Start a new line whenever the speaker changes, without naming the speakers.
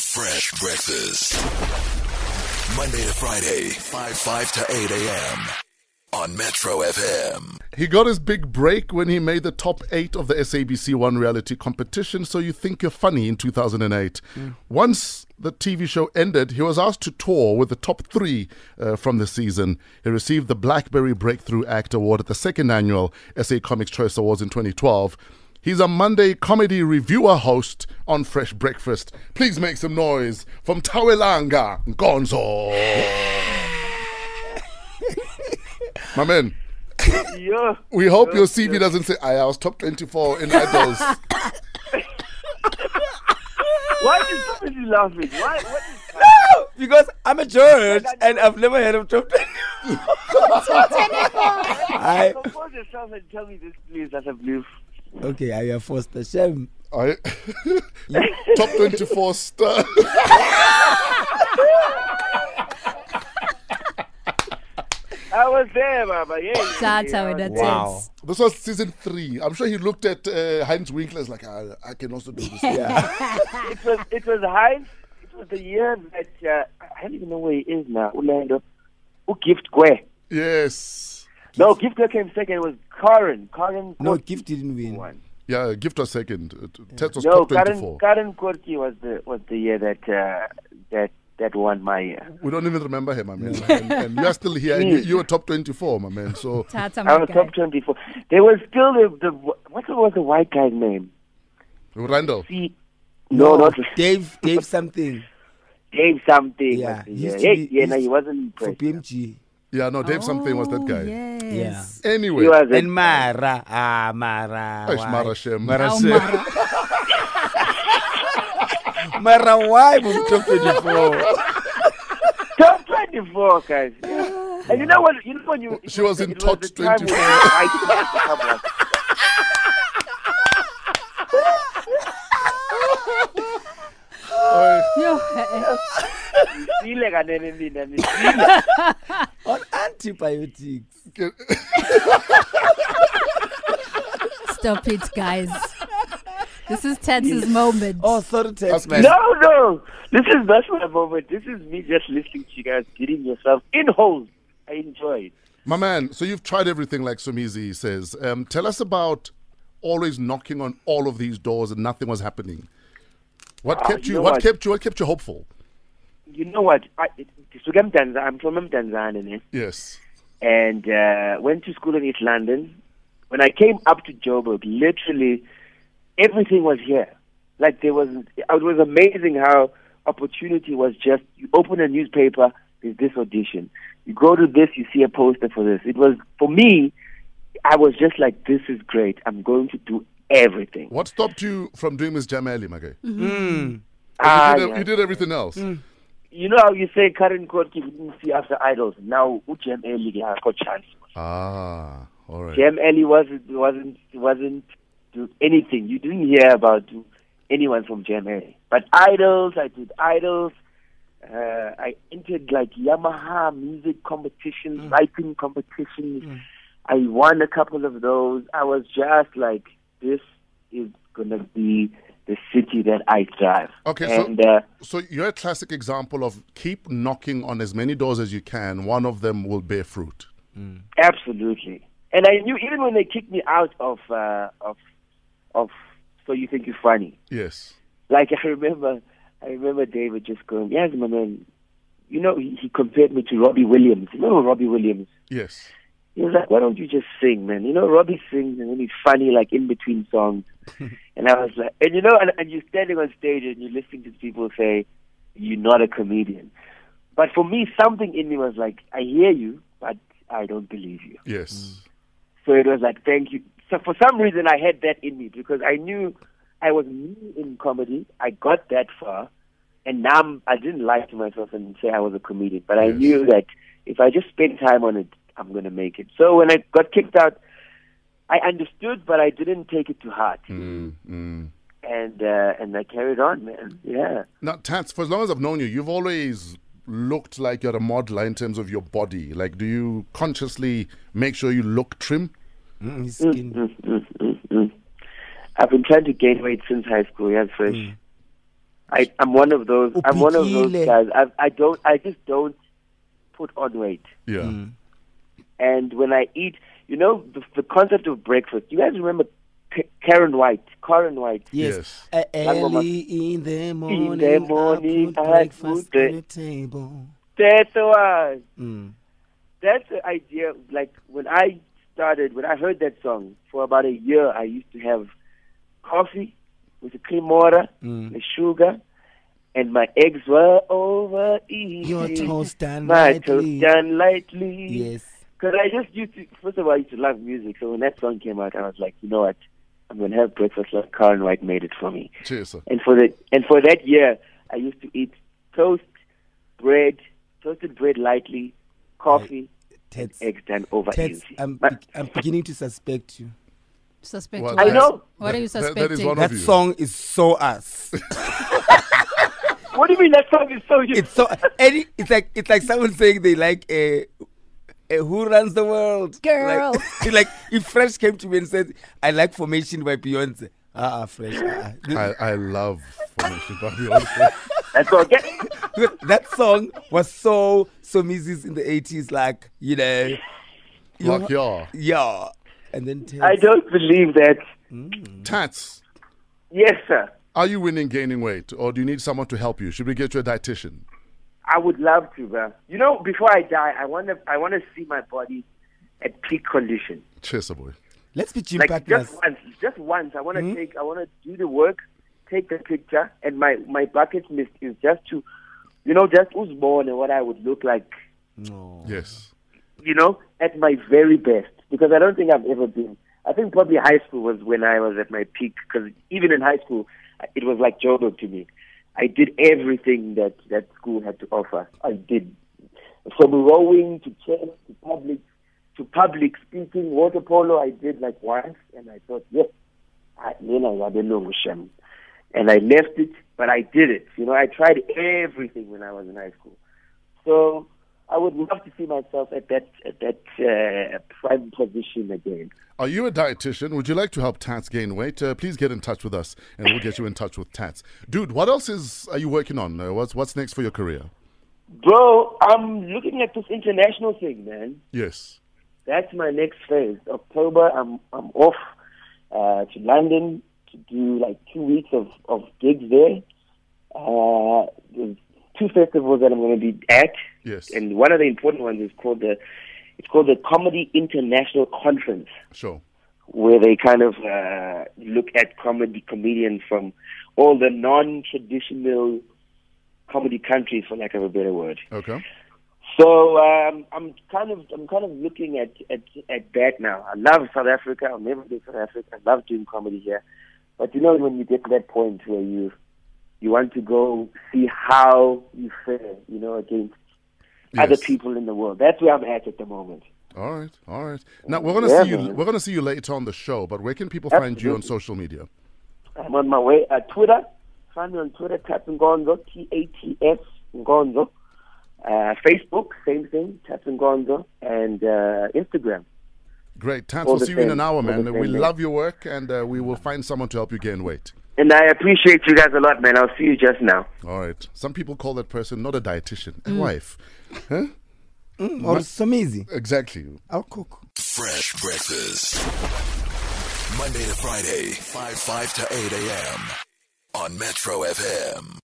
Fresh breakfast. Monday to Friday, 5 5 to 8 a.m. on Metro FM.
He got his big break when he made the top eight of the SABC One reality competition, So You Think You're Funny in 2008. Once the TV show ended, he was asked to tour with the top three uh, from the season. He received the Blackberry Breakthrough Act Award at the second annual SA Comics Choice Awards in 2012. He's a Monday comedy reviewer host on Fresh Breakfast. Please make some noise from Tawelanga Gonzo. My man.
Yeah,
We hope your CV doesn't say I was top 24 in adults.
why is somebody laughing? Why? What is
Because I'm a judge and I've never heard of top 10. I,
compose yourself and tell me this, please? That's a belief.
okay, I have forced the shame.
I, top 24 star.
I was there, Baba. Yeah, yeah,
That's
yeah,
how
I
it
was
is.
there.
Wow.
This was season three. I'm sure he looked at uh, Heinz Winkler's like, I, I can also do this.
It was. It was Heinz. It was the year that uh, I don't even know where he is now. Orlando. Who gift Gwe?
yes.
No, gift Gwe came second. It was Karen. Karen.
No,
Gorky
Gift didn't win.
won.
Yeah, gift us second. Uh, t- Tet was
No,
top 24.
Karen. Karen Gorky was the was the year that uh, that that won my uh, year.
We don't even remember him, my man. and, and you're still here. And you, you were top 24, my man. So
Tata,
I
my
was
guy.
top twenty four. There was still the, the what was the white guy's name?
Randall.
See, no, not
Dave, Dave something
Dave something.
Yeah,
was the
he used
year.
to
yeah,
be-
yeah, no,
used
he
to-
wasn't
for
impressed.
PMG.
Yeah, no, Dave something was
Oh,
that guy.
Oh, Yes.
Anyway.
He was a-
And Mara. Ah, Mara.
Eish,
why?
Mara Shem.
Mara
Oh,
Shem.
Mara.
Mara, why from top 24?
top 24, guys.
Ah.
Yeah. And you know what? You know when you
She was in
it
top
the time
24.
when I came out.
Yo, eh,
Sile kanene mina, ni-
On antibiotics.
eh, Stop it, guys. This is Tata's moment.
Oh, sorry, Ted,
Ask
man.
No, no. This is not my moment. This is me just listening to you guys getting yourself in holes. I enjoy it.
My man, so you've tried everything, like Sumizi says. Um, tell us about always knocking on all of these doors and nothing was happening. What
Ah,
kept
you
you?
know
What,
what?
kept you? What kept you hopeful?
You know what? I, it, Suka Mtanza- I'm from Tanzania. ne?
Yes.
and uh, went to school in East London. When I came up to Joburg, literally everything was here. Like there was, it was amazing how opportunity was just. You open a newspaper, there's this audition. You go to this, you see a poster for this. It was for me. I was just like, this is great. I'm going to do everything.
What stopped you from doing Miss Jamali, my guy? You,
Mm. Ah,
did,
yeah. Mm.
you did everything else.
You know how you say Karen Kotki didn't see after idols. Now Uchem Eli has got chance.
Ah, all right.
Jam Alley wasn't wasn't wasn't do anything. You didn't hear about anyone from Jam Alley. But idols, I did idols. Uh, I entered like Yamaha music competitions,
Mm.
writing competitions. I won a couple of those. I was just like, this is gonna be the city that I thrive.
Okay, so-
and uh,
So you're a classic example of keep knocking on as many doors as you can. One of them will bear fruit.
Absolutely. And I knew even when they kicked me out of uh, of of so you think you're funny.
Yes.
Like I remember, I remember David just going, "Yes, my man." You know, he, he compared me to Robbie Williams. You know Robbie Williams?
Yes.
He was like, "Why don't you just sing, man?" You know, Robbie sings and then he's funny, like in between songs. and I was like, and you know, and, and you're standing on stage and you're listening to people say, "You're not a comedian." But for me, something in me was like, "I hear you, but I don't believe you." Mm.
Yes.
So it was like, thank you. So for some reason, I had that in me because I knew I was new in comedy. I got that far, and now I'm, I didn't lie to myself and say I was a comedian, but I
Yes.
knew that if I just spend time on it, I'm going to make it. So when I got kicked out, I understood, but I didn't take it to heart,
Mm, mm.
and uh, and I carried on, man. Yeah.
Now, Tats, for as long as I've known you, you've always looked like you're a modeler in terms of your body. Like, do you consciously make sure you look trim?
Mm, his skin.
Mm, mm, mm, mm. I've been trying to gain weight since high school. Yeah, fresh. I, I'm one of those. I'm one of those
Uphikile.
guys. I, I don't. I just don't put on weight.
Yeah.
Mm.
And when I eat, you know, the, the concept of breakfast. You guys remember K- Karen White? Karen White.
Yes.
Yes. Uh, Early in the morning,
morning,
I put
I
breakfast
put the-
on the table.
That's the one.
Mm.
That's the idea. Like when I started, when I heard that song for about a year, I used to have coffee with a cream water,
Mm.
the sugar, and my eggs were overeaten.
Your toast done
My
lightly.
toast done lightly.
Yes.
Because I just used to, first of all, I used to love music. So when that song came out, I was like, you know what? I'm going to have breakfast like Karen White made it for me.
Cheers, sir.
And for the and for that year, I used to eat toast, bread, toasted bread lightly, coffee,
Tets,
eggs done over
Tets,
easy.
I'm,
But
I'm beginning to suspect you.
Suspect
Well,
what?
I know.
What are you
That- that-
suspecting?
that is one of-
That
you.
song is so us.
what do you mean that song is so huge?
it's so any. It's like it's like someone saying they like a. who runs the world?
Girl.
Like, like if Fresh came to me and said, "I like Formation by Beyonce," ah, ah, Fresh, ah, ah.
I, I love formation, but we also-
That's okay.
Because that song was so so Mrs. in the eighties, like you know, you-
like yeah.
yeah. And then Ted,
I don't believe that.
Tats,
Yes, sir.
are you winning gaining weight, or do you need someone to help you? Should we get you a dietitian?
I would love to, bro. You know, before I die, I want to I want to see my body at peak condition.
Cheers, sir, boy.
let's be gym
Like
partners.
just once, just once. I want to take. I want to do the work, take the picture, and my my bucket list is just to, you know, just who's born and what I would look like,
No.
Yes.
you know, at my very best. Because I don't think I've ever been. I think probably high school was when I was at my peak. Because even in high school, it was like Jodo to me. I did everything that that school had to offer. I did from rowing to chess to public to public speaking, water polo. I did like once, and I thought, yes, I, then I got a long shame. and I left it, but I did it. You know, I tried everything when I was in high school. So I would love to see myself at that at that uh, prime position again.
Are you a dietitian? Would you like to help Tats gain weight? Uh, please get in touch with us, and we'll get you in touch with Tats. Dude, what else is are you working on? Uh, what's what's next for your career?
Bro, I'm looking at this international thing, man.
Yes.
That's my next phase. October, I'm I'm off uh, to London to do like two weeks of of gigs there. Uh, there's two festivals that I'm going to be at.
Yes.
And one of the important ones is called the it's called the Comedy International Conference.
Sure.
where they kind of uh, look at comedy comedians from all the non-traditional comedy countries, for lack of a better word.
Okay.
So um, I'm kind of I'm kind of looking at, at at that now. I love South Africa. I'll never leave South Africa. I love doing comedy here, but you know when you get to that point where you you want to go see how you fare, you know, against other
Yes.
people in the world. That's where I'm at at the moment.
All right. All right. Now we're gonna
Yeah,
see you.
man.
We're gonna see you later on the show. But where can people find you on social media?
I'm on my way at Twitter. Find me on Twitter, Tats Ngonzo, T A T S Ngonzo. Uh, Facebook, same thing, Tats Ngonzo, and uh, Instagram.
Great. Tats,
All
we'll
the
see you in
same.
an
All
hour,
the
man. We
same, man.
love your work, and uh, we will find someone to help you gain weight.
And I appreciate you guys a lot, man. I'll see you just now.
All right. Some people call that person not a dietitian, a wife.
Mm, or some easy.
Exactly.
I'll cook.
Fresh breakfast. Monday to Friday, 5 5 to 8 a.m. on Metro FM.